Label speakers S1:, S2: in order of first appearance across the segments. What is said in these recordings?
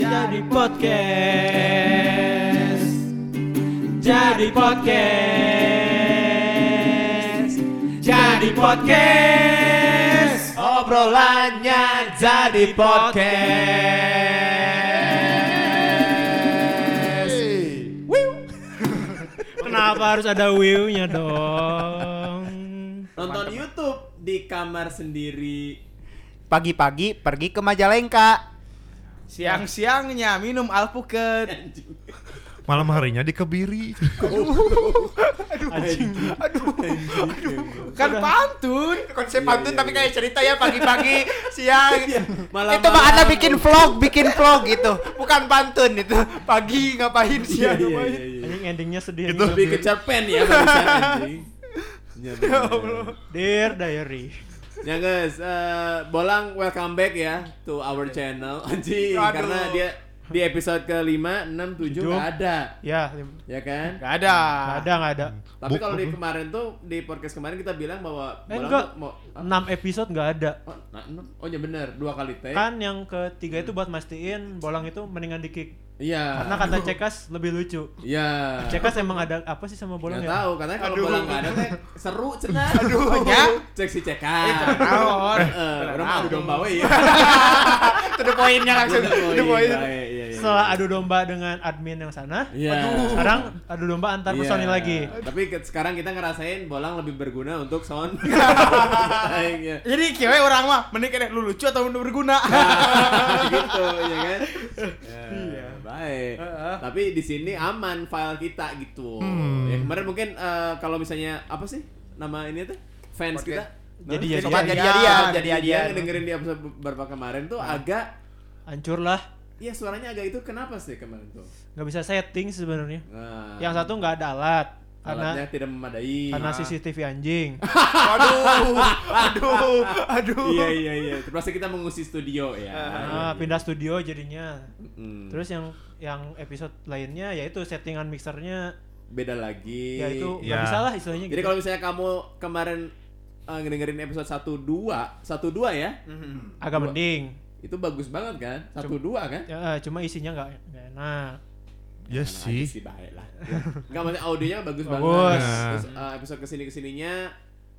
S1: Jadi podcast. Jadi podcast. Jadi podcast. Obrolannya jadi podcast. Kenapa harus ada wiu-nya dong?
S2: Nonton YouTube di kamar sendiri.
S3: pagi-pagi pergi ke Majalengka.
S4: Siang-siangnya minum alpukat.
S5: malam harinya di kebiri
S2: Anjing. Aduh. Anjing.
S1: Iya.
S4: Kan pantun.
S3: Konsep pantun
S4: iya,
S3: tapi kayak cerita ya pagi-pagi, siang.
S2: Malam-malam.
S3: itu mah Anda bikin vlog, bikin vlog gitu. Bukan pantun itu. Pagi
S2: Iya,
S3: ngapain siang
S2: iya,
S3: ngapain.
S2: iya, iya.
S1: Anjing endingnya sedih.
S5: Itu-
S2: Lebih ke cerpen ya barusan anjing. Ya Allah.
S1: Dear Diary.
S2: Ya guys, eh, Bolang welcome back ya to our channel. Anjing,
S3: Aduh.
S2: karena dia di episode kelima, enam, tujuh
S1: Tujuh.
S2: nggak ada,
S1: Ya,
S2: ya kan?
S4: Gak ada.
S1: nggak ada nggak ada.
S2: Tapi
S5: Buk-
S2: kalau di kemarin tuh di podcast kemarin kita bilang bahwa
S1: Eh,
S2: Bolang
S1: enggak.
S2: tuh mau ah,
S1: 6 episode nggak ada.
S2: oh, nah, enam. oh ya benar, dua kali take.
S1: kan yang ketiga itu buat mastiin bolang itu mendingan di kick
S2: Iya.
S1: karena kan kata cekas lebih lucu
S2: Iya.
S1: cekas emang ada apa sih sama bolang
S2: Nggak
S1: ya
S2: tahu, katanya kalau bola nggak ada teh seru cenah. Aduh.
S4: ya?
S2: Cek si cek
S3: Eh,
S4: Naon.
S2: Orang mau domba we ya.
S3: To the point-nya langsung. To the point.
S1: setelah adu domba dengan admin yang sana
S2: Iya.
S1: sekarang adu domba antar
S2: Iya.
S1: personil lagi
S2: Tapi ke- sekarang kita ngerasain bolang lebih berguna untuk sound. Aing, ya.
S4: Jadi kira orang mah mending kena lu lucu atau lu berguna.
S3: Nah,
S2: gitu ya kan. Iya, baik. Tapi di sini aman file kita gitu.
S1: Hmm.
S2: Ya, kemarin mungkin eh, kalau misalnya apa sih nama ini tuh fans kita
S1: Jadi
S2: Nah,
S1: jadian.
S3: Sobat jadi hadiah, jadi hadiah.
S2: yang dengerin di episode beberapa kemarin tuh agak
S1: hancur lah
S2: Iya suaranya agak itu kenapa sih kemarin tuh?
S1: nggak bisa setting sebenarnya
S2: Nah,
S1: yang satu nggak ada alat karena
S2: alatnya Ah. Iya, tidak memadai.
S1: karena CCTV anjing
S3: Aduh, aduh, aduh.
S2: Iya iya iya. Terus kita mengusir studio ya.
S1: Nah, pindah studio jadinya
S2: Mm.
S1: terus yang yang episode lainnya yaitu settingan mixernya
S2: beda lagi.
S1: ya itu nggak
S5: Ya.
S1: bisa lah istilahnya
S2: Iya. Jadi
S1: gitu.
S2: kalau misalnya kamu kemarin eh, ngedengerin episode 1 2, 1 2 ya.
S3: Mhm.
S1: agak mending
S2: Itu bagus banget kan? 1 2 kan?
S1: Ya, eh, cuma isinya nggak nggak enak.
S5: ya sih
S2: sih baik lah. Enggak maksudnya audionya bagus,
S1: Bagus.
S2: banget.
S5: Nah.
S2: Terus eh, episode kesini kesininya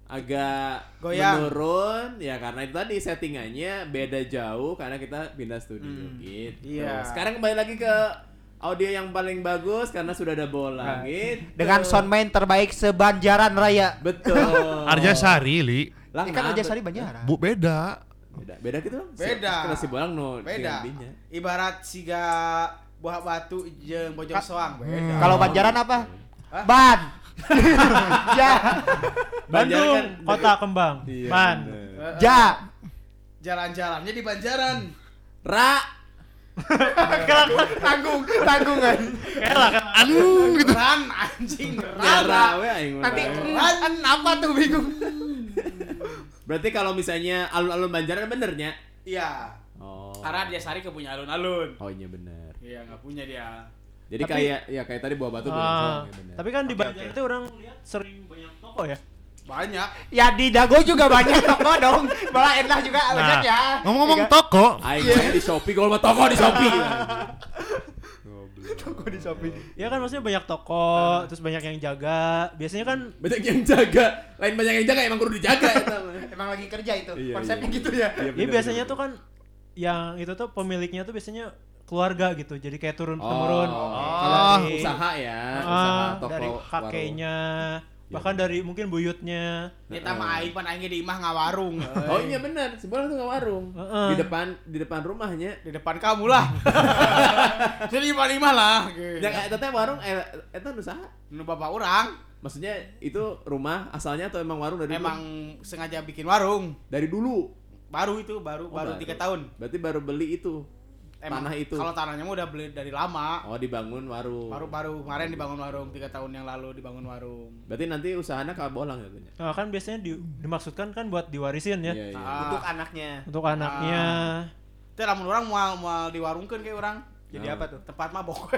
S2: agak
S4: Goyang.
S2: menurun ya karena itu tadi settingannya beda jauh karena kita pindah studio
S3: Hmm.
S2: gitu.
S4: Iya.
S2: Sekarang kembali lagi ke audio yang paling bagus karena sudah ada bola gitu.
S3: Nah. Dengan soundman terbaik sebanjaran raya.
S2: betul.
S5: Arja Sari li
S2: Lah,
S3: Ini kan
S2: kenapa?
S3: aja Sari Banjaran.
S5: bu beda
S2: Beda, beda gitu dong.
S4: Beda.
S2: Karena si bolang no
S4: Beda.
S2: dengan dinya.
S4: Ibarat siga buah batu jeung bojong soang beda.
S3: Hmm. Kalau Banjaran apa? Ban. ja,
S2: Banjaran
S1: Bandung,
S2: kan-
S1: kota kembang.
S2: Iya,
S1: Ban.
S2: bener.
S4: Eh,
S3: ja.
S4: Jalan-jalannya di Banjaran.
S2: Ra.
S1: Ah,
S3: Tanggung, tanggungan. Gitu.
S4: Ran anjing.
S2: Ya,
S4: Ran.
S2: Ra we aing mah.
S3: Nanti kan apa tuh bingung.
S2: Berarti kalau misalnya alun-alun Banjaran benernya.
S4: Iya.
S2: Oh.
S4: Karena dia sari kepunya alun-alun.
S2: Oh iya bener.
S4: Iya, nggak punya dia.
S2: Jadi
S1: Tapi-
S2: kayak ya kayak tadi buah batu bilang
S1: Ah,
S2: soang, ya bener.
S1: tapi kan di
S4: Oke,
S1: Banjar
S4: oke.
S1: itu orang lihat sering banyak toko ya.
S4: Banyak.
S3: Ya di Dago juga banyak toko dong. Malah enak juga banyak
S5: nah
S3: ya.
S5: ngomong-ngomong
S3: Tiga.
S5: toko
S2: Aing mainnya di Shopee, gua mah toko di Shopee.
S1: Ya kan maksudnya banyak toko,
S2: Ah.
S1: terus banyak yang jaga. Biasanya kan
S2: banyak yang jaga, lain banyak yang jaga emang kudu dijaga eta mah.
S3: Emang lagi kerja itu.
S2: Iya,
S3: Konsepnya
S2: iya.
S3: gitu ya.
S1: ya
S2: Iya, bener,
S1: biasanya
S2: bener.
S1: tuh kan yang itu tuh pemiliknya tuh biasanya keluarga gitu. Jadi kayak turun
S2: Oh,
S1: temurun.
S2: kalau
S1: Dari-
S2: usaha ya,
S1: Ah,
S2: usaha toko
S1: dari
S2: warung.
S1: kakeknya,
S2: Iya,
S1: bahkan
S2: bener.
S1: dari mungkin buyutnya.
S4: Kita mah aing pan aing di imah ngawarung.
S2: Oh iya benar, sebelah tuh nggak warung.
S1: Heeh.
S2: Di depan di depan rumahnya.
S4: di depan kamu lah. Jadi paling malah.
S2: Ya kayak teteh warung eh eta nu saha?
S4: Nu bapak orang
S2: Maksudnya itu rumah asalnya atau emang warung dari dulu?
S4: emang sengaja bikin warung.
S2: dari dulu.
S4: Baru itu baru
S2: Oh, baru.
S4: baru tiga tahun.
S2: Berarti baru beli itu.
S4: Emang
S2: tanah itu.
S4: Kalau tanahnya mah udah beli dari lama.
S2: Oh dibangun warung.
S4: Baru baru kemarin dibangun warung tiga tahun yang lalu dibangun warung.
S2: Berarti nanti usahanya ke bolang ya Tunya?
S1: Nah, kan biasanya di- dimaksudkan kan buat diwarisin ya.
S2: Iya, Ah. iya.
S4: Nah,
S3: anaknya.
S1: Untuk anaknya.
S4: itu lamun orang mau mau diwarungkeun kayak orang.
S3: Jadi apa tuh?
S4: Tempat mabok.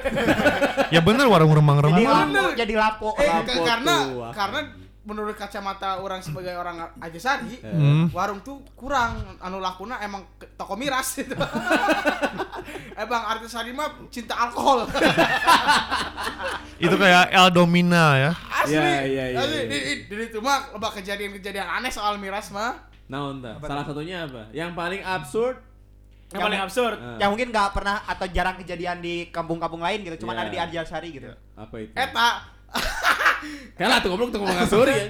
S5: ya bener warung remang-remang
S3: Jadi
S4: Bener.
S3: lapo, jadi lapo.
S4: eh
S2: Mabok
S4: karena
S2: tuh, ah.
S4: karena menurut kacamata orang sebagai orang aja
S2: Eh.
S4: sari
S5: Hmm.
S4: warung tuh kurang anu lakuna emang ke- toko miras itu emang artis sari mah cinta alkohol
S5: Itu kayak El Domina ya.
S4: asli
S2: Iya, iya, iya,
S4: asli
S2: iya.
S4: di, di- di itu mah loba kejadian-kejadian aneh soal miras mah
S2: Nah, salah satunya apa? Yang paling absurd?
S1: Yang paling absurd.
S2: Eh,
S3: Yang mungkin nggak pernah atau jarang kejadian di kampung-kampung lain gitu, cuma
S2: Iya.
S3: ada di Arjasari gitu.
S2: apa itu?
S4: eta
S2: Kalah tuh goblok tuh ngomong absurd ya.
S4: Iya,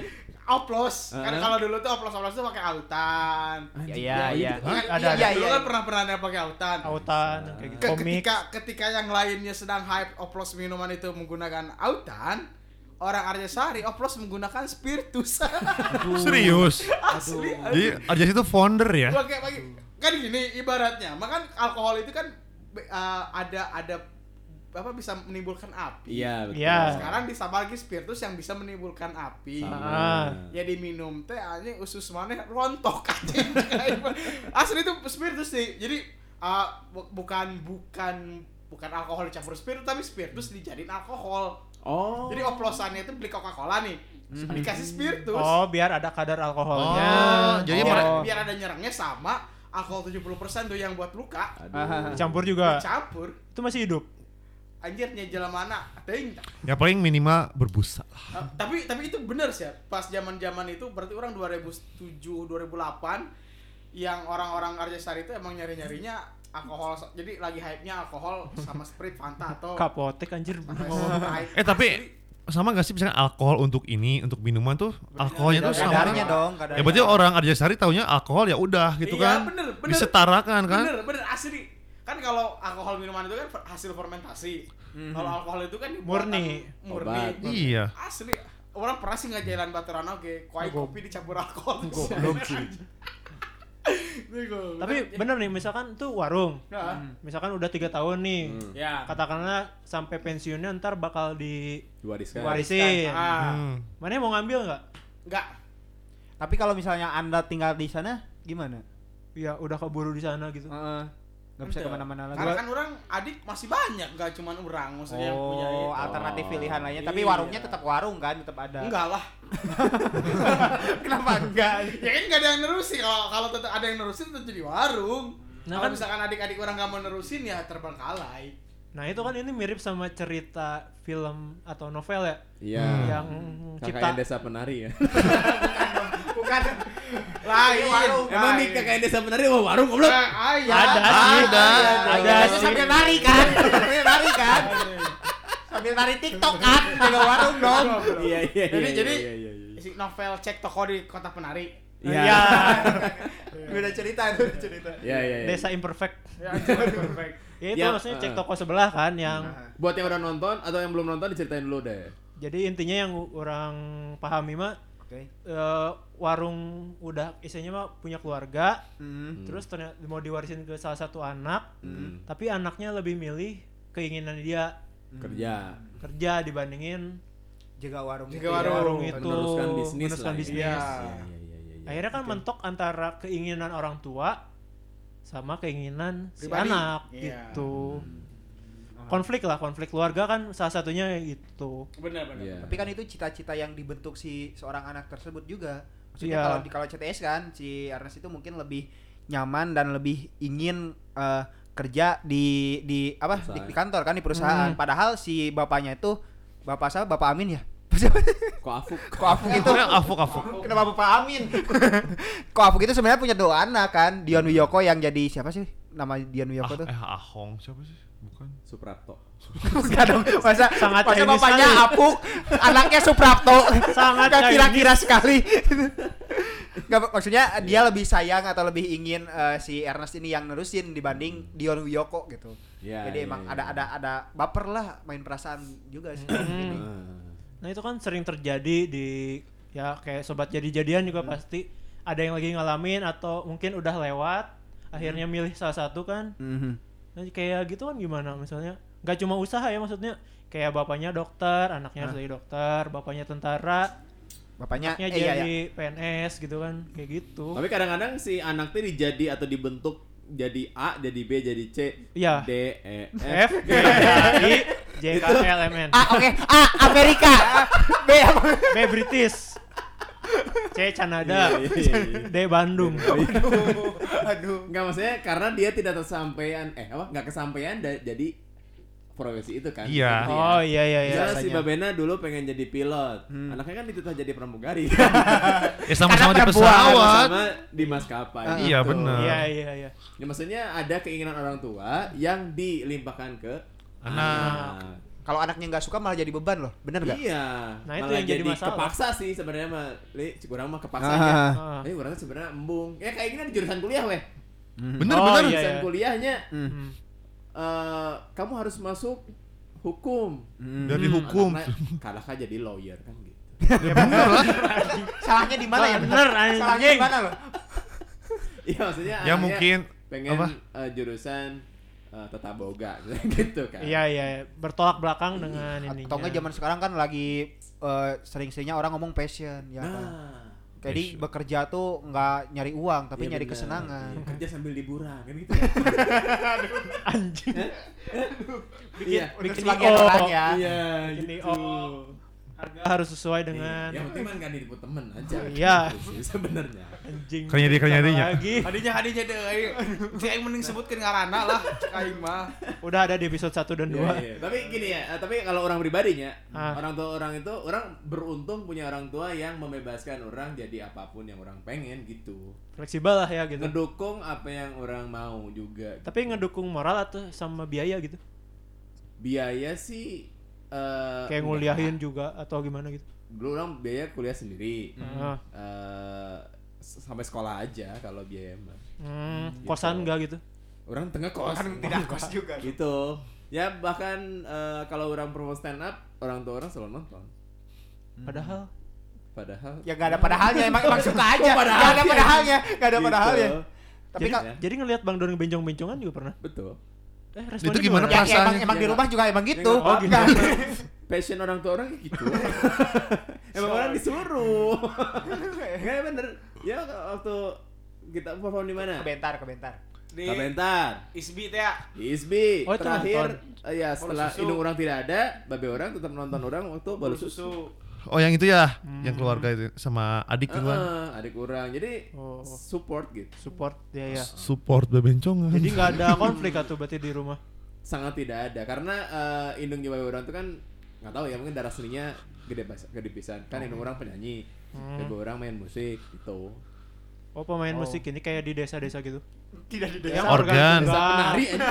S4: oplos kan
S2: Heeh.
S4: kalau dulu tuh oplos-oplos tuh pakai autan
S3: Iya, iya,
S2: ya,
S3: iya.
S2: Hah?
S4: Kan-
S1: Ada,
S4: iya,
S3: ada.
S4: dulu kan pernah pernah ada yang pakai autan
S1: Autan yang kayak gitu.
S4: Ke-
S1: Komik.
S4: ketika ketika yang lainnya sedang hype oplos minuman itu menggunakan autan orang Arya Sari oplos menggunakan spiritus
S5: Serius.
S4: asli
S5: Jadi Arjasi itu founder
S2: Iya.
S5: ya.
S4: pakai pakai kan gini ibaratnya makan alkohol itu kan be- eh, ada ada apa bisa menimbulkan api
S2: Iya, betul.
S1: Iya.
S4: sekarang ditambah lagi spiritus yang bisa menimbulkan api
S2: Sama.
S1: Ah.
S4: ya diminum teh anjing usus mana rontok anjing asli itu spiritus sih jadi ah, bu- bukan bukan bukan alkohol dicampur spiritus tapi spiritus dijadiin alkohol
S2: Oh.
S4: jadi oplosannya itu beli coca cola nih dikasih spiritus
S1: Oh, biar ada kadar alkoholnya. Iya.
S5: Oh, jadi
S4: biar,
S5: mereka-
S4: biar ada nyerangnya sama alkohol 70% tuh yang buat luka
S2: Aduh.
S1: campur juga.
S4: campur
S1: Itu masih hidup.
S4: anjirnya jalan mana ting
S5: Ya paling minimal berbusa lah.
S4: Ah, tapi tapi itu bener sih ya. pas zaman zaman itu berarti orang 2007 2008 yang orang-orang Arya Sari itu emang nyari nyarinya alkohol jadi lagi hype nya alkohol sama sprite fanta atau
S1: Kapotek anjir.
S4: Sprite.
S5: Eh tapi sama gak sih misalnya alkohol untuk ini untuk minuman tuh alkoholnya tuh sama.
S3: Kadarnya dong, kadarnya.
S5: Ya berarti orang Arjasari taunya alkohol ya udah gitu
S4: Iya,
S5: kan.
S4: bener, bener.
S5: Disetarakan kan.
S4: bener bener asli kan kalau alkohol minuman itu kan fer- hasil fermentasi kalau alkohol itu kan dibuatan
S1: Mhm. Murni.
S4: murni
S2: Obat.
S5: Iya.
S4: asli orang pernah sih nggak jalan baturan oke kuai
S1: Goblok.
S4: kopi dicampur alkohol Ini goblok.
S1: Tapi bener nih, misalkan tuh warung.
S4: Nah,
S3: Ah.
S1: Misalkan udah tiga tahun nih.
S2: Hmm.
S1: Nah.
S4: ya
S1: Katakanlah sampai pensiunnya ntar bakal
S2: Diwariskan.
S1: diwarisin.
S4: Ah.
S5: Hmm.
S1: Mana yang mau ngambil nggak?
S4: Enggak.
S3: Tapi kalau misalnya Anda tinggal di sana gimana?
S1: Ya udah keburu di sana gitu.
S3: Heeh. Nggak bisa
S4: Betul.
S3: kemana-mana lagi.
S4: Karena kan orang adik masih banyak, enggak cuma orang maksudnya yang punya itu.
S3: Oh, alternatif
S2: Oh.
S3: pilihan lainnya. Tapi
S4: Iya.
S3: warungnya tetap warung kan, tetap ada.
S4: Enggak lah.
S3: Kenapa enggak?
S4: Ya kan enggak ada yang nerusin. Kalau kalau tetap ada yang nerusin tetap jadi warung.
S1: Nah,
S4: kalau
S1: kan-
S4: misalkan adik-adik orang nggak mau nerusin ya terbengkalai.
S1: Nah itu kan ini mirip sama cerita film atau novel ya
S2: Iya.
S1: yang cipta
S2: Kakaknya desa penari ya.
S4: Bukan lain.
S3: warung.
S2: Emang nih kakaknya desa penari mau warung goblok.
S4: Nah, Iya, Eh, ah, ya.
S1: ada sih
S5: Ada,
S1: ada
S3: Itu
S1: sih
S3: sambil nari kan? sambil nari kan? sambil nari TikTok kan? Jaga warung dong.
S2: Iya iya.
S4: Jadi
S2: iya,
S4: jadi
S2: iya, iya, iya.
S4: isi novel cek toko di kota penari.
S2: Iya.
S1: Iya.
S3: Beda cerita, beda cerita.
S2: Iya iya. iya.
S1: desa imperfect
S4: Ya, perfect.
S1: ya itu
S2: Ya,
S1: maksudnya cek
S2: eh.
S1: toko sebelah kan yang
S4: Nah.
S2: Buat yang udah nonton atau yang belum nonton diceritain dulu deh.
S1: jadi intinya yang u- orang pahami mah
S3: Oke.
S1: eh, warung udah isinya mah punya keluarga
S2: Hmm.
S3: Hmm.
S1: terus ternyata mau diwarisin ke salah satu anak tapi anaknya lebih milih keinginan dia
S2: Hmm. Kerja.
S1: kerja dibandingin
S3: Jaga warung.
S4: Jaga
S3: itu ya.
S4: Warung.
S1: warung itu
S2: Meneruskan bisnis
S1: meneruskan
S2: lah ya.
S1: bisnis.
S4: Iya.
S2: Iya iya iya. iya.
S1: akhirnya kan mentok antara keinginan orang tua sama keinginan si
S4: Pribadi.
S1: anak
S4: Iya.
S1: gitu konflik lah konflik keluarga kan salah satunya itu
S4: Benar benar.
S2: Iya.
S3: Tapi kan itu cita-cita yang dibentuk si seorang anak tersebut juga. Maksudnya
S1: Iya.
S3: kalau di kalau CTS kan si Ernest itu mungkin lebih nyaman dan lebih ingin eh, kerja di di apa di,
S2: Perusahaan.
S3: di kantor kan di perusahaan.
S1: Hmm.
S3: Padahal si bapaknya itu bapak saya bapak Amin ya.
S2: Kok afuk?
S3: Kok Afuk
S5: Itu
S3: itu
S5: afuk-afuk.
S3: kenapa bapak Amin? Kok Afuk itu sebenarnya punya dua anak kan Dion Wiyoko yang jadi siapa sih nama Dion Wiyoko tuh?
S5: Ah, eh Ahong siapa sih? Bukan.
S2: Suprapto.
S3: Enggak dong, masa,
S1: Sangat
S3: masa
S1: Chinese
S3: bapaknya
S1: sekali.
S3: Apuk, anaknya Suprapto.
S1: Sangat
S3: Nggak kira-kira sekali. Nggak, mak- maksudnya
S1: Iya.
S3: dia lebih sayang atau lebih ingin eh, si Ernest ini yang nerusin
S1: Hmm.
S3: dibanding Dion Wiyoko gitu.
S1: Ya,
S2: Iya,
S3: Jadi
S2: iya,
S3: emang
S2: iya.
S3: ada ada ada baper lah main perasaan juga sih.
S2: Ah.
S3: Gitu.
S1: Hmm. nah itu kan sering terjadi di ya kayak sobat jadi-jadian juga pasti ada yang lagi ngalamin atau mungkin udah lewat akhirnya milih salah satu kan Nah, kayak gitu kan gimana misalnya nggak cuma usaha ya maksudnya kayak bapaknya dokter anaknya harus jadi dokter bapaknya tentara
S3: Bapaknya
S1: anaknya
S3: eh, iya,
S1: jadi
S3: iya.
S1: PNS gitu kan kayak gitu
S2: Tapi kadang-kadang si anak tuh dijadi atau dibentuk jadi A, jadi B, jadi C,
S1: Iya.
S2: D, E,
S1: F
S2: F.
S1: G H I J K L M N
S3: A oke, A Amerika, B apa?
S1: B British C Canada, D Bandung.
S2: Oh,
S4: Aduh, aduh.
S2: Enggak maksudnya karena dia tidak tersampaian eh apa enggak kesampaian da- jadi profesi itu kan.
S5: Iya.
S2: Gitu ya.
S1: Oh iya Hmm. iya iya.
S2: Misalnya si
S3: rasanya.
S2: Babena dulu pengen jadi pilot. Anaknya kan ditutah jadi pramugari.
S5: Ya sama-sama di
S3: Karena perempuan,
S5: pesawat.
S2: Sama di maskapai. Gitu.
S3: Ah,
S5: Iya
S3: betul.
S5: benar.
S1: Iya iya iya.
S2: Ya, maksudnya ada keinginan orang tua yang dilimpahkan ke
S5: Anak.
S3: Kalau anaknya nggak suka malah jadi beban loh, bener nggak?
S2: Iya.
S1: Nah, itu
S2: Malah
S1: yang jadi masalah.
S2: kepaksa sih sebenarnya mah. Li, kurang mah kepaksa
S3: Ah.
S2: ya.
S1: Ah.
S2: Tapi orang sebenarnya embung. Ya kayak gini di jurusan kuliah weh.
S5: Bener
S1: Oh,
S5: bener.
S1: iya,
S2: Jurusan
S1: iya.
S2: kuliahnya
S1: Hmm.
S2: eh, kamu harus masuk hukum. Hmm,
S5: Dari hukum.
S2: Karena kalah aja jadi lawyer kan gitu.
S5: Ya bener lah.
S3: Salahnya di mana ya?
S1: Bener,
S3: Salahnya
S1: anjing.
S3: di mana loh?
S2: Iya maksudnya anaknya
S5: Ya mungkin
S2: pengen
S5: apa?
S2: eh, jurusan eh, tata boga gitu kan.
S1: Iya iya iya. bertolak belakang dengan ini.
S3: Atau nggak zaman sekarang kan lagi eh, sering-seringnya orang ngomong passion
S1: Iya,
S3: ya kan?
S2: Nah,
S3: Jadi
S5: passion.
S3: bekerja tuh nggak nyari uang tapi
S2: iya
S3: nyari
S2: bener.
S3: kesenangan.
S2: Iya, kerja sambil liburan kan gitu.
S1: anjing.
S2: Iya.
S3: Untuk
S1: Bikin
S3: sebagian
S1: IO.
S3: orang ya.
S2: Iya,
S1: Ini
S2: gitu. Iya.
S1: oh. Harga harus sesuai dengan
S2: yang penting mah nggak ditipu temen aja.
S1: Iya.
S2: Gitu sih Sebenarnya.
S1: anjing.
S5: Kayaknya dia, kayaknya
S1: Sama
S5: dia.
S1: Lagi.
S4: Hadinya hadinya deh. ayo. Cek yang mending sebutkan ngarana lah, cek aing mah.
S1: Udah ada di episode 1 dan 2.
S2: Iya, iya. Tapi gini ya, eh, tapi kalau orang pribadinya,
S1: Ah.
S2: orang tua orang itu orang beruntung punya orang tua yang membebaskan orang jadi apapun yang orang pengen gitu.
S1: Fleksibel lah ya gitu.
S2: Ngedukung apa yang orang mau juga. gitu.
S1: Tapi ngedukung moral atau sama biaya gitu.
S2: biaya sih eh,
S1: Kayak
S2: enggak.
S1: nguliahin juga atau gimana gitu. Ah,
S2: Dulu orang biaya kuliah sendiri.
S1: Heeh.
S2: Eh, s- sampai sekolah aja kalau biaya mah.
S1: Hmm, kosan enggak gitu.
S2: Orang tengah kos.
S4: Kan
S3: kos juga.
S2: gitu. Ya bahkan eh, kalau orang promo stand up, orang tua orang selalu nonton.
S1: Padahal
S2: Padahal
S3: Ya nggak ada padahalnya emang emang suka aja.
S2: Padahal
S3: Iya. Nggak ada
S2: ya.
S3: padahalnya, nggak ada
S2: Gitu.
S3: padahalnya. Tapi
S1: jadi,
S3: kalau
S2: ya.
S1: jadi ngelihat Bang Don ngebencong-bencongan juga pernah.
S2: Betul.
S1: Eh, responnya
S5: Itu gimana,
S3: ya,
S5: Pak?
S1: gimana? Oh,
S3: ya, emang
S5: Rasanya.
S3: emang di
S2: Ya,
S3: rumah juga emang gitu.
S2: nggak
S1: apa-apa.
S3: Nggak.
S2: Passion orang tua orang kayak gitu. Emang orang disuruh. Enggak bener. Ya waktu kita perform di mana?
S3: Kebentar, kebentar.
S4: Di
S2: Kabentar.
S4: Isbi teh ya.
S2: Isbi
S1: Oh, itu
S2: terakhir eh, ya
S4: Bolu
S2: setelah
S4: susu.
S2: hidung orang tidak ada, babe orang tetap nonton orang waktu baru susu.
S4: susu.
S5: Oh yang itu ya, yang keluarga itu sama adik itu kan.
S2: Heeh, adik orang. Jadi
S1: Oh, oh.
S2: support gitu.
S1: support ya ya.
S5: Support bebencongan.
S1: Jadi nggak ada konflik atau berarti di rumah.
S2: Sangat tidak ada karena eh, indung jiwa orang itu kan nggak tahu ya mungkin darah seninya gede pas- gede pisan. Kan indung orang penyanyi,
S1: Hmm.
S2: babe orang main musik gitu.
S1: Oh, pemain musik ini kayak di desa-desa gitu.
S3: Tidak di
S1: Yang
S5: Organ.
S1: tunggal.
S2: Bisa penari aja.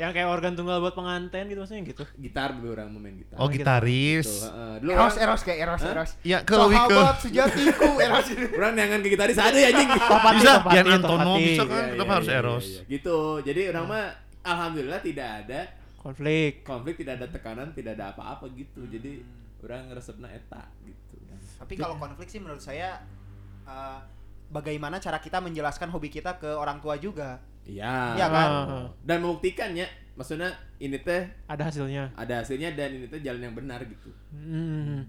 S1: Yang kayak organ tunggal buat pengantin gitu maksudnya gitu.
S2: gitar babe orang main gitar.
S5: Oh
S2: Tuh,
S5: gitaris.
S2: heeh. Dulu
S3: Eros,
S2: orang,
S3: eros kayak eros, eros.
S5: Ya kalau Wike.
S3: gitu. Sahabat sejatiku eros.
S2: orang neangan ke gitaris ada ya anjing.
S1: Topati,
S5: Bisa
S1: topati,
S5: yang
S1: topati.
S5: Antono bisa
S2: Iya,
S5: kan
S2: iya,
S5: kenapa harus
S2: iya, iya,
S5: Eros?
S2: iya. Gitu. Jadi orang
S1: Hmm.
S2: mah alhamdulillah tidak ada
S1: Konflik.
S2: konflik tidak ada tekanan tidak ada apa-apa gitu jadi orang ngeresepna eta gitu
S3: Tapi kalau konflik sih menurut saya eh, bagaimana cara kita menjelaskan hobi kita ke orang tua juga.
S2: iya
S3: Iya kan?
S1: Ah,
S2: dan membuktikannya maksudnya ini teh
S1: ada hasilnya.
S2: ada hasilnya dan ini teh jalan yang benar gitu
S1: Hmm.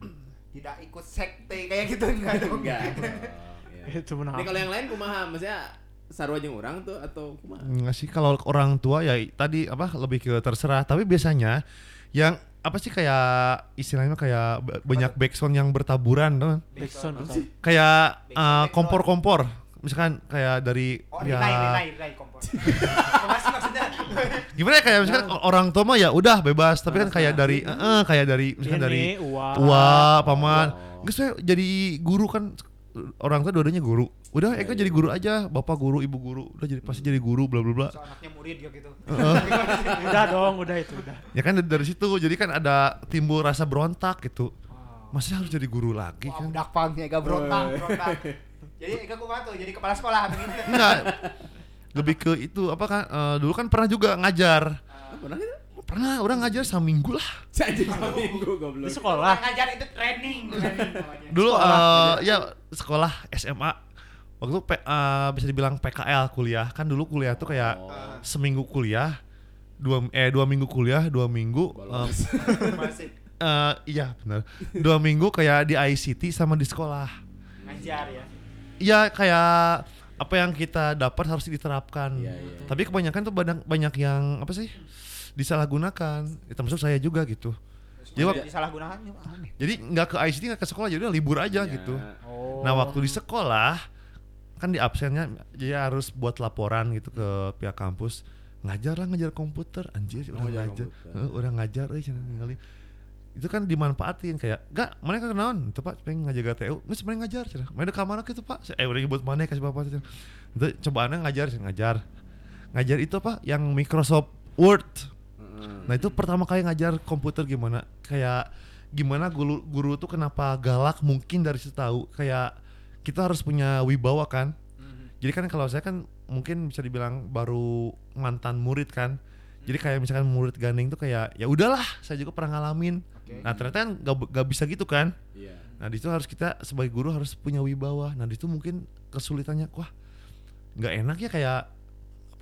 S3: Tidak ikut sekte kayak gitu enggak dong.
S2: enggak dong, ya.
S1: Itu
S2: Oh, iya. Ini kalau
S1: menarik.
S2: yang lain kumaha maksudnya sarua jeung orang tuh atau kumaha
S5: Enggak sih kalau orang tua ya tadi apa lebih ke terserah tapi biasanya yang apa sih kayak istilahnya kayak ba- banyak backsound yang bertaburan teman.
S1: Backsound
S2: Apa
S1: betul.
S2: sih?
S5: kayak
S3: Backsound,
S5: eh,
S3: backsound.
S5: kompor-kompor misalkan kayak dari
S3: Oh,
S5: ya
S3: nilai, nilai, nilai kompor. Apa sih maksudnya?
S5: gimana ya kayak misalkan orang tua mah ya udah bebas tapi kan kayak dari eh eh, kayak dari misalkan
S1: Ini,
S5: dari
S1: uang.
S5: tua paman
S2: Oh.
S5: nggak saya jadi guru kan orang tua dua-duanya guru udah Eko jadi guru aja bapak guru ibu guru udah jadi pasti jadi guru bla bla bla
S3: So, anaknya murid ya gitu.
S5: Oh.
S1: Udah dong, udah itu udah.
S5: ya kan dari situ jadi kan ada timbul rasa berontak gitu masih harus jadi guru lagi
S3: Wah,
S5: kan
S3: budak pang Ega berontak, berontak. Jadi Ega kumaha tuh, jadi kepala sekolah begitu.
S5: enggak lebih ke itu apa kan eh, dulu kan pernah juga ngajar
S2: pernah gitu
S5: pernah orang ngajar seminggu lah
S2: jadi minggu goblok
S1: Di sekolah.
S3: Ngajar itu training, training namanya.
S5: dulu eh, ya sekolah SMA waktu P- eh, bisa dibilang PKL kuliah kan dulu kuliah tuh kayak
S2: Oh.
S5: seminggu kuliah dua eh dua minggu kuliah dua minggu eh
S2: Bolos.
S3: Masih
S5: eh, iya benar dua minggu kayak di ICT sama di sekolah
S3: ngajar ya.
S5: Iya kayak apa yang kita dapat harus diterapkan.
S2: Iya, iya.
S5: Tapi kebanyakan tuh banyak banyak yang apa sih disalahgunakan. Ya, termasuk saya juga gitu.
S2: Iya.
S5: Jadi wak-
S3: disalahgunakan ya, aneh.
S5: jadi nggak ke ICT nggak ke sekolah jadi udah libur
S2: Iya.
S5: aja gitu.
S1: Oh.
S5: Nah waktu di sekolah kan di absennya jadi harus buat laporan gitu ke pihak kampus ngajar lah ngajar komputer anjir
S2: Oh,
S5: orang
S2: ngajar
S5: ngajar
S2: komputer.
S5: Heeh, orang ngajar eh jangan ninggalin itu kan dimanfaatin kayak gak mereka kenaon itu pak pengen ngajaga TU nggak sebenarnya ngajar cerah main ke kamar gitu pak eh udah buat mana kasih bapak cerah itu cobaannya ngajar cenah, ngajar ngajar itu apa yang Microsoft Word Nah itu pertama kali ngajar komputer gimana kayak gimana guru guru tuh kenapa galak mungkin dari situ tahu kayak kita harus punya wibawa kan. Jadi kan kalau saya kan mungkin bisa dibilang baru mantan murid kan. Jadi kayak misalkan murid gandeng tuh kayak ya udahlah saya juga pernah ngalamin.
S3: Oke.
S5: Nah ternyata kan gak, gak bisa gitu kan.
S2: Iya.
S5: Nah di situ harus kita sebagai guru harus punya wibawa. Nah di situ mungkin kesulitannya wah nggak enak ya kayak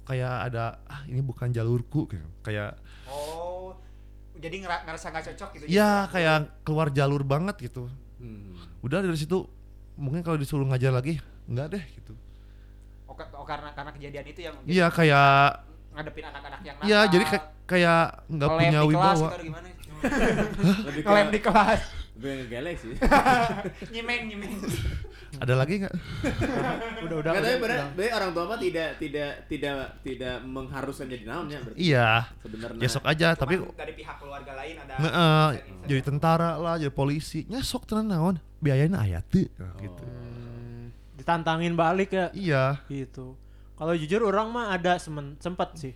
S5: kayak ada ah ini bukan jalurku kayak kayak
S3: Oh, jadi ngera- ngerasa nggak cocok gitu?
S5: Ya kayak keluar jalur banget gitu.
S2: Hmm.
S5: Udah dari situ mungkin kalau disuruh ngajar lagi nggak deh gitu.
S3: Oh, ke- oh, karena karena kejadian itu yang
S5: Iya kayak
S3: ngadepin anak-anak yang
S5: iya jadi kayak kayak nggak punya wibawa.
S3: gimana?
S2: Lebih
S3: Ngelem di kelas,
S2: lebih ngegelek sih.
S3: nyimeng nyimeng.
S5: Ada lagi nggak?
S1: Udah udah. udah,
S2: Nggak, tapi bener,
S1: udah.
S2: berarti orang tua mah tidak tidak tidak tidak mengharuskan jadi naonnya berarti.
S5: Iya.
S2: Sebenarnya.
S5: Ya sok aja tapi
S3: Cuman dari pihak keluarga lain ada.
S5: nge- eh, jadi tentara lah jadi polisi nya sok tenan naon biayain ayat tuh
S2: Oh.
S5: gitu.
S1: Hmm, ditantangin balik ya
S5: Iya.
S1: gitu. Kalau jujur orang mah ada semen, sempat sih.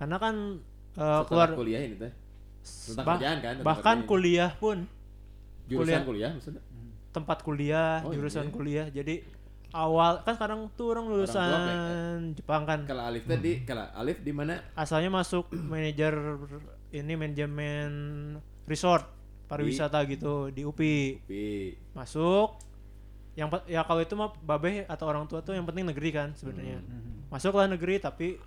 S1: Karena kan eh,
S2: Setelah
S1: keluar
S2: kuliah ini teh. tentang
S1: bah-
S2: kerjaan kan, tentang
S1: bahkan
S2: kerjaan.
S1: kuliah pun
S2: Jurusan
S1: Kuliah. Hmm.
S2: kuliah, maksudnya.
S1: tempat kuliah,
S2: Oh,
S1: jurusan
S2: iya.
S1: kuliah. Jadi awal kan sekarang tuh orang lulusan
S2: Orang tua banyak,
S1: Jepang kan.
S2: Kalau Alif tadi, kalau Alif di mana?
S1: Asalnya masuk manajer ini manajemen resort pariwisata
S2: Iya.
S1: gitu di UPI.
S2: Di
S1: masuk yang pe- ya kalau itu mah babeh atau orang tua tuh yang penting negeri kan sebenarnya
S2: Hmm.
S1: masuklah negeri tapi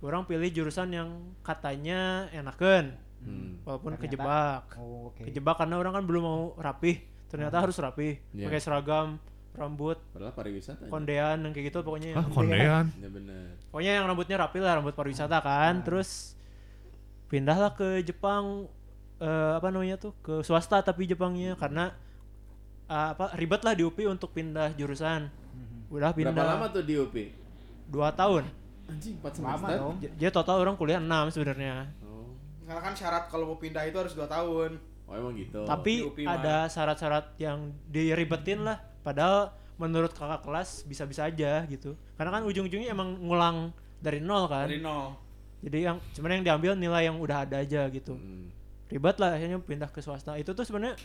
S1: orang pilih jurusan yang katanya enakan
S2: Hmm.
S1: walaupun
S3: Ternyata-
S1: kejebak
S3: Oh, oke. Hmm.
S1: kejebak karena orang kan belum mau rapih ternyata harus rapih
S2: Iya.
S1: pakai seragam rambut
S2: Padahal pariwisata. aja.
S1: kondean yang kayak gitu
S3: Iya,
S1: pokoknya
S5: Ah
S1: yang-
S5: kondean.
S2: Ya benar.
S1: pokoknya yang rambutnya rapi lah rambut pariwisata
S3: Hmm.
S1: kan terus pindahlah ke Jepang eh, apa namanya tuh ke swasta tapi Jepangnya
S3: Hmm.
S1: karena eh, apa ribet lah di UPI untuk pindah jurusan
S3: Hmm.
S1: udah pindah
S2: Berapa lama tuh di UP?
S1: dua tahun
S2: Anjing 4
S3: Lama
S2: semester.
S3: dong.
S1: J- jadi total orang kuliah 6 sebenarnya
S2: Oh.
S4: Karena kan syarat kalau mau pindah itu harus 2 tahun.
S2: Oh emang gitu.
S1: tapi
S4: di UPI mah.
S1: ada syarat-syarat yang diribetin lah padahal menurut kakak kelas bisa-bisa aja gitu karena kan ujung-ujungnya emang ngulang dari nol kan
S4: Dari nol.
S1: jadi yang sebenarnya yang diambil nilai yang udah ada aja gitu
S2: Hmm.
S1: ribet lah akhirnya pindah ke swasta itu tuh sebenarnya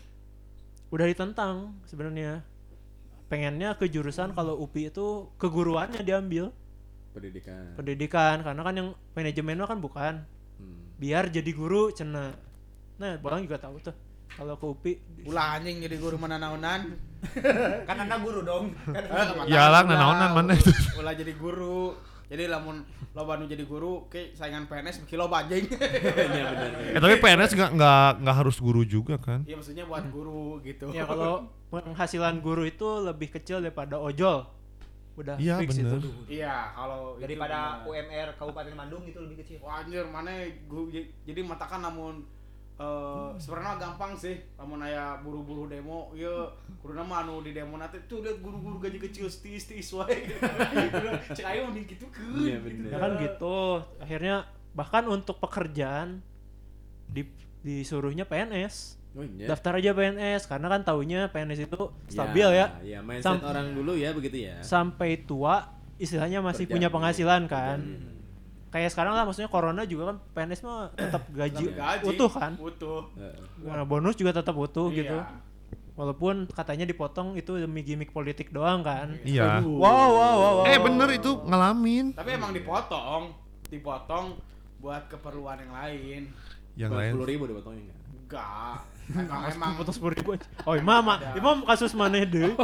S1: udah ditentang sebenarnya pengennya ke jurusan kalau UPI itu keguruannya diambil
S4: Hmm.
S2: pendidikan.
S1: pendidikan karena kan yang manajemen mah kan bukan
S2: Hmm.
S1: biar jadi guru cena nah orang juga tahu tuh kalau ke UPI
S4: Ulah anjing jadi guru mana naonan.
S3: Kan anda guru dong. Kan
S5: Ya lah nanaonan mana itu.
S4: Ulah jadi guru. Jadi lamun loba nu jadi guru, ke saingan PNS beki loba anjing.
S2: Iya benar.
S5: Eh tapi PNS nggak nggak nggak harus guru juga kan.
S4: Iya maksudnya buat guru gitu.
S2: Iya.
S1: ya kalau penghasilan guru itu lebih kecil daripada ojol udah
S5: Iya
S1: fix
S5: bener.
S1: itu
S4: Iya, kalau itu
S3: daripada
S4: bener.
S3: UMR Kabupaten Bandung itu lebih kecil.
S4: Wah anjir mana gua- j- jadi matakan namun eh sebenarnya gampang sih namun aya buru-buru demo ya kudu nama anu di demo nanti tuh lihat guru-guru gaji kecil stis stis wae cek ayo mending gitu kan
S2: Iya, bener.
S1: ya kan gitu akhirnya bahkan untuk pekerjaan di, disuruhnya PNS
S2: Oh, iya.
S1: daftar aja PNS karena kan taunya PNS itu stabil ya,
S2: Iya, mindset
S1: Sam-
S2: orang dulu ya begitu ya.
S1: sampai tua istilahnya masih
S2: Kerjaan
S1: punya
S2: dulu.
S1: penghasilan kan
S2: Kerjaan dulu.
S1: kayak sekarang lah maksudnya corona juga kan PNS mah tetap gaji,
S4: Gaji,
S1: utuh kan
S4: utuh
S2: Heeh.
S1: Nah, bonus juga tetap utuh
S4: Iya.
S1: gitu walaupun katanya dipotong itu demi gimmick politik doang kan
S5: Iya.
S3: Wow wow wow.
S5: Eh bener itu
S2: Hmm.
S5: ngalamin.
S4: tapi emang dipotong dipotong buat keperluan yang lain
S5: Yang lain.
S2: Puluh ribu dipotongin nggak?
S4: enggak emang emang
S1: potong sepuluh ribu aja. Oh, imam, imam kasus mana deh?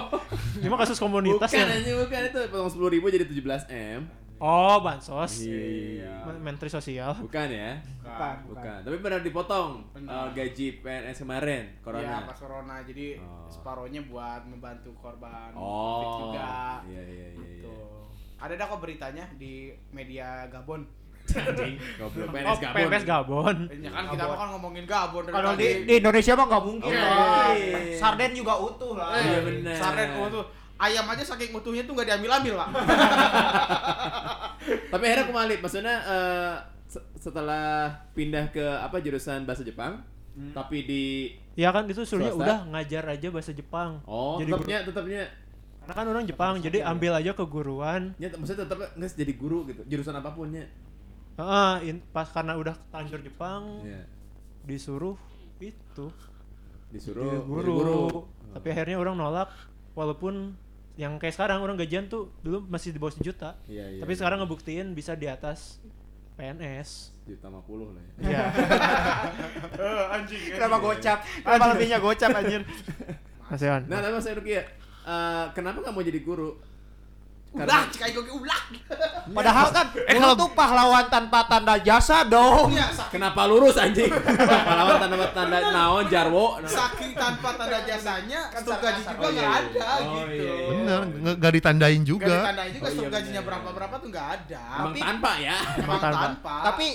S1: Imam kasus komunitas
S2: Bukan
S1: ya?
S2: anjing, bukan itu potong sepuluh ribu jadi 17 m.
S1: Oh, bansos,
S2: Iya.
S1: Men- menteri sosial.
S2: Bukan ya?
S4: bukan.
S2: Bukan. Tapi benar dipotong
S4: Benar.
S2: eh, gaji PNS kemarin
S4: Iya,
S2: corona.
S4: pas corona jadi
S2: Oh.
S4: separohnya buat membantu korban COVID
S2: Oh.
S4: juga
S2: Iya iya iya. iya.
S4: Tuh. Ada dah kok beritanya di media Gabon.
S2: Anjing, goblok PNS
S1: Oh,
S2: Gabon.
S1: PNS Gabon.
S4: Ya kan kita mah kan ngomongin Gabon dari
S3: Kalau
S4: tadi.
S3: di, di Indonesia mah nggak mungkin.
S4: Iya.
S3: lah. Sarden juga utuh lah.
S4: Eh,
S2: Iya, bener.
S4: Sarden kamu tuh ayam aja saking utuhnya tuh nggak diambil-ambil lah.
S2: Tapi akhirnya kembali, maksudnya eh, se- setelah pindah ke apa jurusan bahasa Jepang,
S4: Hmm.
S2: tapi di
S1: Ya kan itu suruhnya
S2: Swasta.
S1: udah ngajar aja bahasa Jepang.
S2: oh
S1: jadi guru.
S2: tetapnya tetapnya
S1: Karena kan orang Jepang, jadi ambil aja keguruan.
S2: ya, maksudnya tetap nggak jadi guru gitu jurusan apapun ya.
S1: Heeh, in- pas karena udah tanjur
S4: Oh.
S1: Jepang
S2: Iya.
S1: disuruh itu
S2: Disuruh
S1: jadi
S2: jadi
S1: guru. Tapi akhirnya orang nolak walaupun yang kayak sekarang orang gajian tuh dulu masih di bawah sejuta.
S2: Iya, iya,
S1: Tapi
S2: iya.
S1: sekarang ngebuktiin bisa di atas PNS.
S2: Juta sama puluh lah ya.
S4: Eh, anjing.
S3: Kenapa gocap? Kenapa lebihnya gocap anjir?
S1: Mas Iwan.
S2: Nah, tapi Mas Enuki ya, eh, kenapa nggak mau jadi guru?
S4: Ulah, cikai gue ulah.
S3: Padahal kan lu tuh pahlawan tanpa tanda jasa dong.
S4: Iya, saking
S2: Kenapa lurus anjing? Pahlawan tanda tanda naon jarwo.
S4: saking tanpa tanda jasanya,
S3: Kan
S4: stok gaji
S3: sarkas.
S4: juga
S2: Oh, iya,
S4: nggak
S2: iya.
S4: ada
S2: Oh,
S4: gitu.
S2: iya, iya.
S5: Bener, nggak nggak ditandain
S4: Gak
S5: juga.
S4: ditandain juga
S2: Oh, iya,
S4: stok gajinya
S2: bener.
S4: berapa-berapa tuh nggak ada.
S2: Emang
S3: Tapi-
S2: tanpa ya.
S4: Emang
S1: tanpa.
S4: tanpa.
S3: Tapi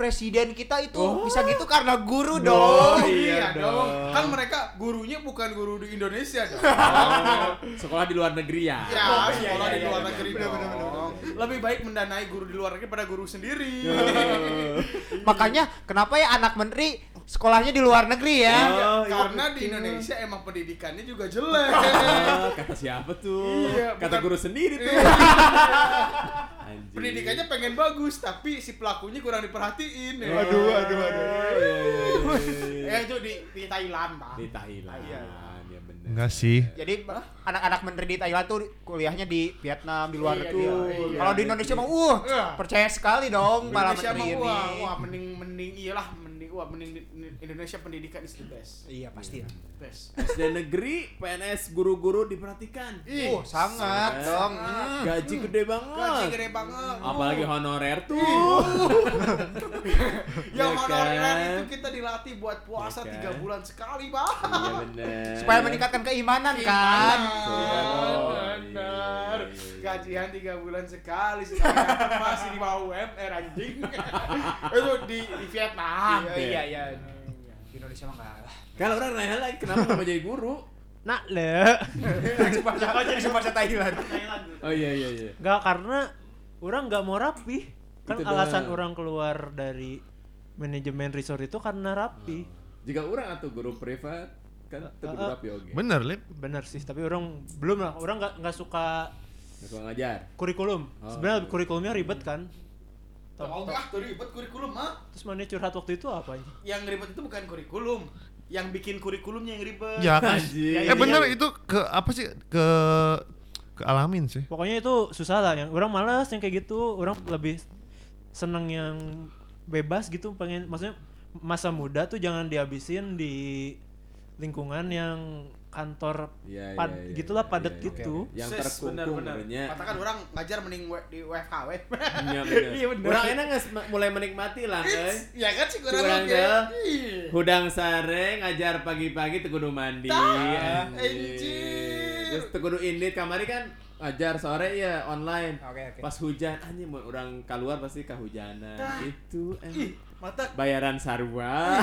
S3: presiden kita itu
S2: Oh.
S3: bisa gitu karena
S2: Oh,
S3: guru dong.
S2: iya
S4: iya
S2: dong.
S4: dong. Kan mereka gurunya bukan guru di Indonesia dong.
S2: Oh, sekolah di luar negeri ya.
S4: Ya,
S2: Oh, iya,
S4: sekolah
S2: iya,
S4: di
S2: iya,
S4: luar
S2: iya.
S4: negeri
S3: Bener,
S4: dong.
S3: bener, bener,
S4: Lebih baik mendanai guru di luar negeri pada guru sendiri.
S2: Oh,
S3: Makanya kenapa ya anak menteri sekolahnya di luar negeri ya?
S2: Iya. Oh, iya,
S4: Karena
S2: betul.
S4: di Indonesia emang pendidikannya juga jelek.
S2: Ah, kata siapa tuh?
S4: Iya,
S2: kata
S4: bukan-
S2: guru sendiri tuh. Anjing. Iya,
S4: Pendidikannya pengen bagus, tapi si pelakunya kurang diperhatiin. ya.
S3: Aduh, aduh, aduh.
S2: Iya, iya, iya, iya.
S4: Eh itu di, di Thailand, Pak.
S2: Di Thailand.
S3: Iya.
S2: Ya bener. Iya.
S5: Enggak sih.
S3: Jadi anak-anak menteri di Thailand tuh kuliahnya di Vietnam di luar
S4: Iya,
S3: negeri.
S4: iya, iya.
S3: Kalau di Indonesia mah uh
S4: Iya.
S3: percaya sekali dong para
S4: Indonesia
S3: menteri
S4: mah
S3: ini.
S4: wah, wah mending mending iyalah mending wah mending di- di- Indonesia pendidikan is the best.
S3: Iya pasti.
S4: Best.
S2: SD negeri, PNS guru-guru diperhatikan.
S4: Ih,
S3: Uh sangat
S2: sangat.
S3: dong. hmm.
S4: Sangat.
S2: Gaji gede banget.
S4: Gaji gede banget.
S2: Apalagi honorer tuh.
S4: yang
S2: Ya
S4: honorer
S2: kan?
S4: itu kita dilatih buat
S2: Ya
S4: puasa
S2: kan?
S4: tiga bulan sekali, Pak.
S2: Iya bener.
S3: Supaya meningkatkan keimanan kan.
S2: Oh, iya,
S4: Benar.
S2: iya, iya, iya.
S4: Gajian tiga bulan sekali sekarang masih di bawah UMR anjing. itu di, di Vietnam.
S2: Iya, iya,
S3: iya. Di Indonesia mah enggak.
S2: Kalau orang nanya lagi kenapa nggak mau jadi guru?
S1: Nah, le.
S3: Jangan jadi Sumatera Thailand.
S2: Oh iya iya iya.
S1: Enggak karena orang nggak mau rapi. Kan
S2: Itu
S1: alasan
S2: doang.
S1: orang keluar dari manajemen resort itu karena rapi.
S2: Jika orang atau guru privat kan itu
S1: Ah, ah.
S2: guru rapi oge.
S5: Bener, Lip.
S1: Bener sih, tapi orang belum lah. Orang nggak nggak suka
S2: Nggak suka ngajar.
S1: kurikulum.
S2: Oh.
S1: Sebenarnya kurikulumnya ribet kan.
S4: Tahu nggak ah, tuh ribet kurikulum, ha?
S1: Terus mana curhat waktu itu apa aja?
S4: Yang ribet itu bukan kurikulum, yang bikin kurikulumnya yang ribet.
S5: Ya kan.
S2: Anjing.
S5: Eh bener itu ke apa sih ke ke alamin sih.
S1: Pokoknya itu susah lah. Yang orang malas yang kayak gitu, orang lebih seneng yang bebas gitu. Pengen maksudnya masa muda tuh jangan dihabisin di lingkungan yang kantor
S2: Iya,
S1: pad-
S2: iya, iya,
S1: gitulah
S2: iya,
S1: padat
S2: iya,
S1: gitu.
S2: iya. Yang
S4: Sis,
S2: terkungkung
S4: benar-benar.
S2: benernya.
S4: Katakan orang ngajar mending we- di WFH, we.
S2: Iya bener.
S4: Iya, bener.
S2: Orang enak nggak se- mulai menikmati lah, eh.
S4: Ya kan sih kurang
S2: Kurang
S4: oke.
S2: ya.
S4: Ih.
S2: Hudang sare ngajar pagi-pagi tegudu mandi.
S4: Tah,
S2: anjing.
S4: anjir.
S2: Terus tegudu indit kamari kan ngajar sore ya online.
S3: Oke, oke.
S2: Pas hujan anjing mau orang keluar pasti kehujanan.
S4: Tah.
S2: Itu
S4: Ih,
S2: anjing.
S4: mata
S2: Bayaran sarwa.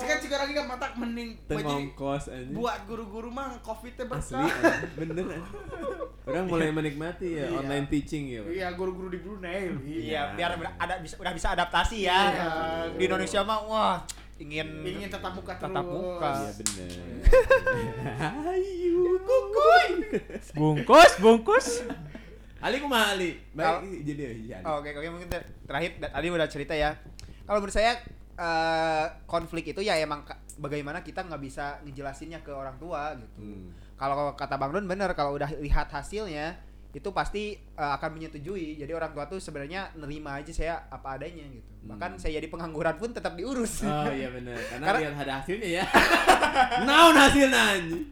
S4: Cekan juga lagi kan mata mending wajib-
S2: Tengongkos anjing.
S4: buat guru-guru mah covidnya
S2: Asli,
S4: berkah.
S2: anjing. bener anjing. Orang mulai menikmati ya
S4: Iya.
S2: online teaching ya. Pak.
S4: Iya, guru-guru di Brunei.
S3: Iya, biar ber- ada bisa udah bisa adaptasi ya.
S4: Iya.
S3: Di Indonesia mah wah ingin
S4: Ingin tatap muka terus.
S3: Tatap muka.
S2: Iya bener. Ayu kukuy.
S1: Bungkus, bungkus.
S2: Ali kumaha Ali?
S3: Kal-
S2: Baik jadi ya.
S4: Oh.
S2: Ali.
S3: Oke, oke mungkin ter- terakhir da- tadi udah cerita ya. Kalau menurut saya eh, konflik itu ya emang ka- bagaimana kita nggak bisa ngejelasinnya ke orang tua gitu.
S2: Hmm.
S3: Kalau kata Bang Don bener kalau udah lihat hasilnya itu pasti eh, akan menyetujui. Jadi orang tua tuh sebenarnya nerima aja saya apa adanya gitu. Bahkan
S2: Hmm.
S3: saya jadi pengangguran pun tetap diurus.
S2: Oh iya bener, karena,
S3: Karena-
S2: lihat ada hasilnya ya. Naon hasilnya anjing.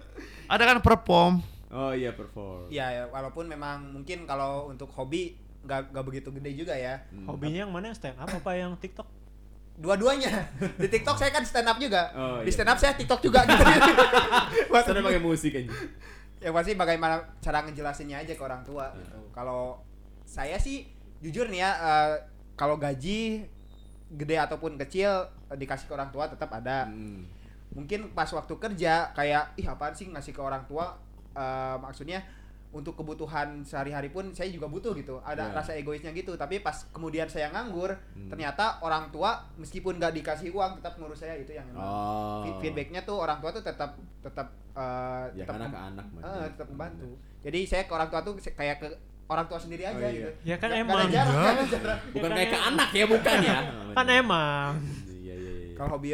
S5: Ada kan perform.
S2: Oh iya perform.
S3: Ya, ya, walaupun memang mungkin kalau untuk hobi nggak nggak begitu gede juga ya.
S2: Hmm.
S1: Hobinya yang mana yang stand up apa yang TikTok?
S3: Dua-duanya. Di TikTok saya kan stand up juga.
S2: Oh,
S3: Di
S2: iya.
S3: stand up saya TikTok juga gitu. Buat-
S2: Sudah pakai musik anjing.
S3: ya pasti bagaimana
S2: Iya.
S3: cara ngejelasinnya aja ke orang tua gitu. Kalau saya sih jujur nih ya eh, kalau gaji gede ataupun kecil eh, dikasih ke orang tua tetap ada
S2: Hmm.
S3: mungkin pas waktu kerja kayak ih apaan sih ngasih ke orang tua Eh, maksudnya untuk kebutuhan sehari-hari pun saya juga butuh gitu ada
S2: Ya.
S3: rasa egoisnya gitu tapi pas kemudian saya nganggur
S2: Hmm.
S3: ternyata orang tua meskipun nggak dikasih uang tetap ngurus saya itu yang emang
S2: Oh.
S3: Feed- feedbacknya tuh orang tua tuh tetap tetap eh,
S2: Ya
S3: tetap
S2: karena ke
S3: mem-
S2: anak mah.
S3: eh, tetap membantu jadi saya ke orang tua tuh se- kayak ke orang tua sendiri aja
S2: Oh, iya.
S3: gitu
S1: Ya kan
S3: Nggak- nggak
S1: emang.
S3: ada jarak,
S5: Iya.
S3: nggak ada jarak.
S2: Hmm. Bukan
S1: Ya,
S2: kayak ke
S1: kan
S2: anak ya, bukan ya.
S1: Kan emang.
S2: Iya iya iya.
S3: kalau hobi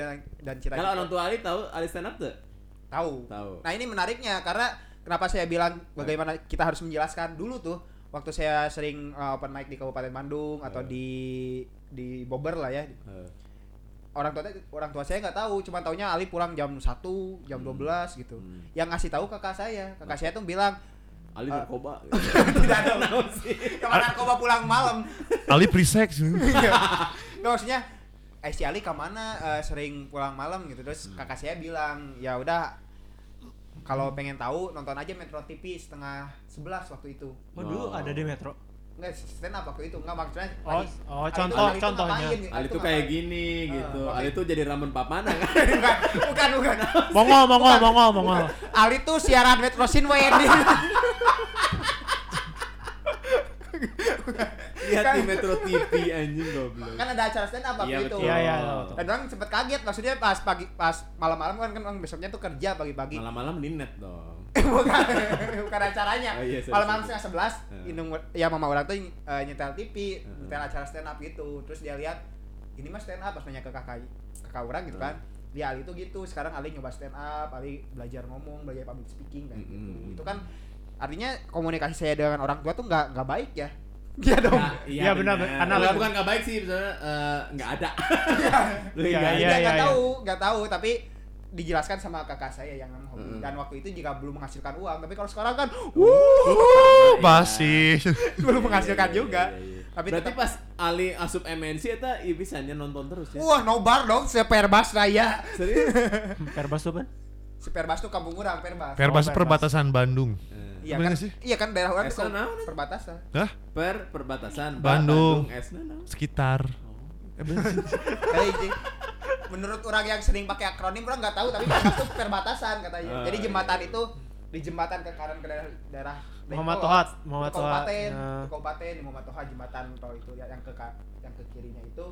S3: dan cita-cita
S2: Kalau orang tua Ali tahu Ali stand up tuh?
S3: tahu
S2: Tahu.
S3: Nah ini menariknya karena kenapa saya bilang bagaimana kita harus menjelaskan dulu tuh waktu saya sering uh, open mic di Kabupaten Bandung
S2: Eh.
S3: atau di di Bogor lah ya
S2: Eh,
S3: orang tua orang tua saya nggak tahu cuma taunya Ali pulang jam 1, jam
S2: Hmm.
S3: 12 gitu
S2: Hmm. Nah.
S3: yang ngasih tahu kakak saya kakak saya tuh bilang
S2: Ali
S3: Ah.
S2: narkoba.
S3: tidak ada teman narkoba pulang malam
S5: Ali pre-sex
S3: nggak maksudnya eh si Ali kemana eh, sering pulang malam gitu
S1: Hmm.
S3: terus kakak saya bilang ya udah kalau pengen tahu nonton aja Metro TV setengah 11 waktu itu
S1: Oh dulu
S2: Wow.
S1: ada di Metro.
S3: Nggak, stand up waktu itu nggak maksudnya
S1: Oh,
S3: Ali-
S1: oh
S3: Ali tuh-
S1: contoh
S3: Ali tuh
S1: contohnya.
S3: ngapain gitu,
S2: Ali
S3: tuh
S2: tuh kayak
S3: ngapain.
S2: gini
S3: Eh,
S2: gitu.
S3: oke.
S2: Ali tuh jadi ramen papana kan.
S3: bukan bukan bukan
S1: Mongol, mongol, mongol, mongol.
S3: Ali tuh siaran Metrosin WND
S2: Lihat Iya, di
S3: Kan-
S2: Metro TV anjing goblok.
S3: kan ada acara stand up waktu
S2: Iya
S3: itu
S2: betul.
S1: Iya, iya, betul.
S3: dan orang sempet kaget maksudnya pas pagi pas malam-malam kan kan orang besoknya tuh kerja pagi-pagi
S2: gitu. Malam-malam linet dong.
S3: bukan bukan acaranya
S2: Oh, iya, sorry,
S3: malam-malam
S2: sorry.
S3: setengah sebelas
S2: Heeh.
S3: inung ya mama orang tuh eh, nyetel TV
S2: Heeh.
S3: nyetel acara stand up gitu terus dia lihat ini mah stand up pas nanya ke kakak kakak orang gitu kan dia Ali tuh gitu sekarang Ali nyoba stand up Ali belajar ngomong belajar public speaking kayak gitu
S2: Mm-mm.
S3: itu kan artinya komunikasi saya dengan orang tua tuh nggak nggak baik ya Iya dong
S2: Nah,
S1: Iya, benar, karena-
S2: Nggak, bukan nggak baik sih sebenarnya eh, nggak ada. Lebih
S1: Iya,
S2: nggak ada.
S3: Nggak- nggak
S1: iya.
S3: tahu nggak tahu tapi dijelaskan sama kakak saya yang hobi
S2: Mm-mm.
S3: dan waktu itu jika belum menghasilkan uang tapi kalau sekarang kan
S2: Oh.
S3: wuh
S5: Masih
S3: belum menghasilkan
S2: Iya, iya,
S3: juga
S2: iya, iya.
S3: Tapi
S2: Berarti
S3: tetap-
S2: pas Ali asup MNC itu ibisannya iya, nonton terus ya.
S3: Iya. Wah, nobar dong, seperbas raya.
S2: Serius?
S1: Perbas tuh, Pan?
S3: Seperbas tuh kampung orang, perbas.
S5: Perbas
S1: Oh, Perbas.
S5: perbatasan Bandung
S2: Eh,
S3: Iya
S5: Bener
S3: kan?
S5: sih?
S3: Iya kan daerah orang tuh
S2: Esa naon?
S3: kampung- perbatasan.
S5: Hah?
S2: per perbatasan Ba-
S5: Bandung.
S2: Esna no.
S5: Sekitar Eh, bener sih.
S3: Kayak gitu. Menurut orang yang sering pakai akronim orang nggak tahu, tapi perbas tuh perbatasan katanya.
S2: Ah,
S3: Jadi jembatan
S2: iya.
S3: itu di jembatan ke kanan ke daerah daerah
S1: Muhammad
S3: Daykolot,
S1: Tohat,
S3: ke
S1: Muhammad Tohat,
S3: Kabupaten,
S1: nah.
S3: ke kabupaten di Muhammad Tohat jembatan tol itu ya, yang ke ka- yang ke kirinya itu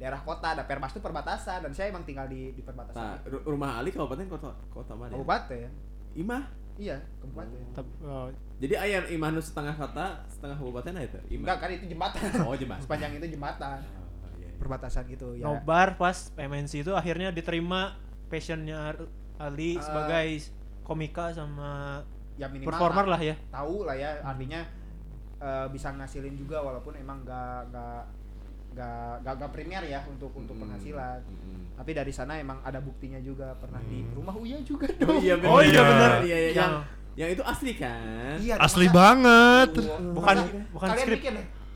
S3: daerah kota. Ada perbas tuh perbatasan dan saya emang tinggal di di
S2: Nah,
S3: perbatasan.
S2: ru- rumah Ali kabupaten kota kota mana? ya?
S3: Kabupaten.
S2: Imah.
S3: Iya, kabupaten.
S1: Tep- oh,
S2: Jadi ayam imah nu setengah kota, setengah kabupaten aja itu. Imah.
S3: Enggak kan itu jembatan.
S2: Oh, jembatan.
S3: Sepanjang itu jembatan.
S2: Oh, iya, iya.
S3: perbatasan gitu ya.
S1: Nobar pas MNC itu akhirnya diterima passionnya Ar- Ali
S3: Ah.
S1: sebagai komika sama
S3: ya minimal
S1: performer lah ya.
S3: tahu lah ya artinya eh, bisa ngasilin juga walaupun emang gak gak gak gak, gak primer ya untuk untuk
S2: Mm-mm.
S3: penghasilan.
S2: Mm-mm.
S3: Tapi dari sana emang ada buktinya juga pernah di
S5: Hmm.
S3: rumah Uya juga
S2: Oh
S3: dong.
S2: iya benar.
S1: Oh iya, benar.
S2: Iya, iya,
S1: Yang-
S2: yang yang itu asli kan?
S3: Iya,
S5: Asli
S3: masa-
S5: banget
S3: Masa-
S1: Bukan- bukan
S3: kalian
S1: skrip.
S3: bikin,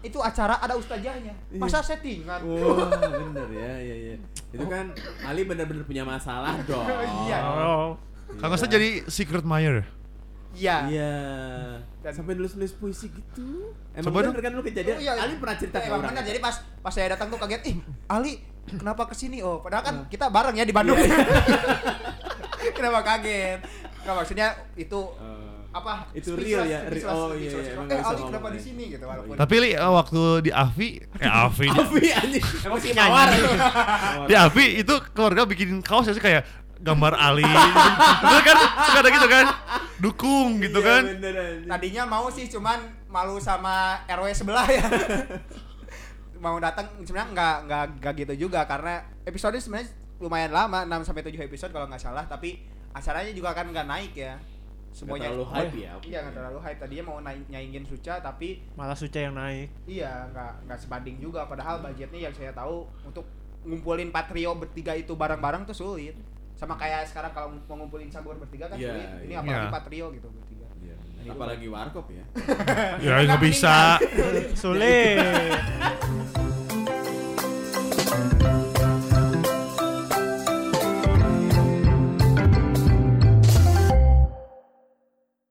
S3: itu acara ada ustazahnya. Masa settingan?
S2: Wah, bener ya, iya iya. Itu kan Ali bener-bener punya masalah dong.
S3: Iya.
S1: Oh.
S5: Kang Kosta jadi secret Mayer
S3: Iya.
S2: Iya.
S3: Dan-
S2: Sampai nulis-nulis puisi gitu. Emang
S5: Coba
S2: bener kan lu kejadian?
S3: Oh, iya.
S2: Ali pernah cerita
S3: Itu
S2: ke
S3: emang
S2: orang. kan?
S3: benar. Jadi pas pas saya datang tuh kaget, ih Ali kenapa kesini? Oh padahal
S2: Iya.
S3: kan kita bareng ya di Bandung. kenapa kaget? Nggak maksudnya itu
S2: Eh,
S3: apa?
S2: Itu
S3: speechless,
S2: real ya? Re-
S3: speechless,
S2: oh, iya,
S3: speechless.
S2: iya, emang
S3: Eh
S2: nggak bisa
S3: Ali kenapa
S2: ngomong,
S3: di
S2: ya.
S3: sini gitu walaupun.
S5: Tapi Li, eh, waktu di Avi Eh Avi di-
S2: Avi anjing.
S3: Oh,
S2: Emang si
S3: iya,
S2: mawar itu. Mawar.
S5: Di Avi itu keluarga bikin kaos ya sih kayak gambar Ali Bener kan? Suka ada gitu kan? Dukung gitu
S2: Iya,
S5: kan?
S2: bener, anjing.
S3: Tadinya mau sih cuman malu sama RW sebelah ya. mau datang sebenarnya nggak nggak nggak gitu juga karena episode sebenarnya lumayan lama 6 sampai 7 episode kalau nggak salah tapi acaranya juga kan nggak naik ya semuanya
S2: terlalu hype ya.
S3: iya nggak terlalu hype tadinya mau naik nyaingin Suca tapi
S1: Malah Suca yang naik.
S3: Iya, nggak nggak sebanding juga. Padahal
S2: Hmm.
S3: budgetnya yang saya tahu untuk ngumpulin Patrio bertiga itu bareng-bareng tuh sulit. Sama kayak sekarang kalau mau ngumpulin Sagor bertiga kan
S2: Iya,
S3: sulit.
S2: iya.
S3: Ini apalagi
S5: Iya.
S3: Patrio gitu bertiga.
S2: Iya, bener. Apalagi warkop ya.
S5: Ya nggak bisa
S1: Sulit.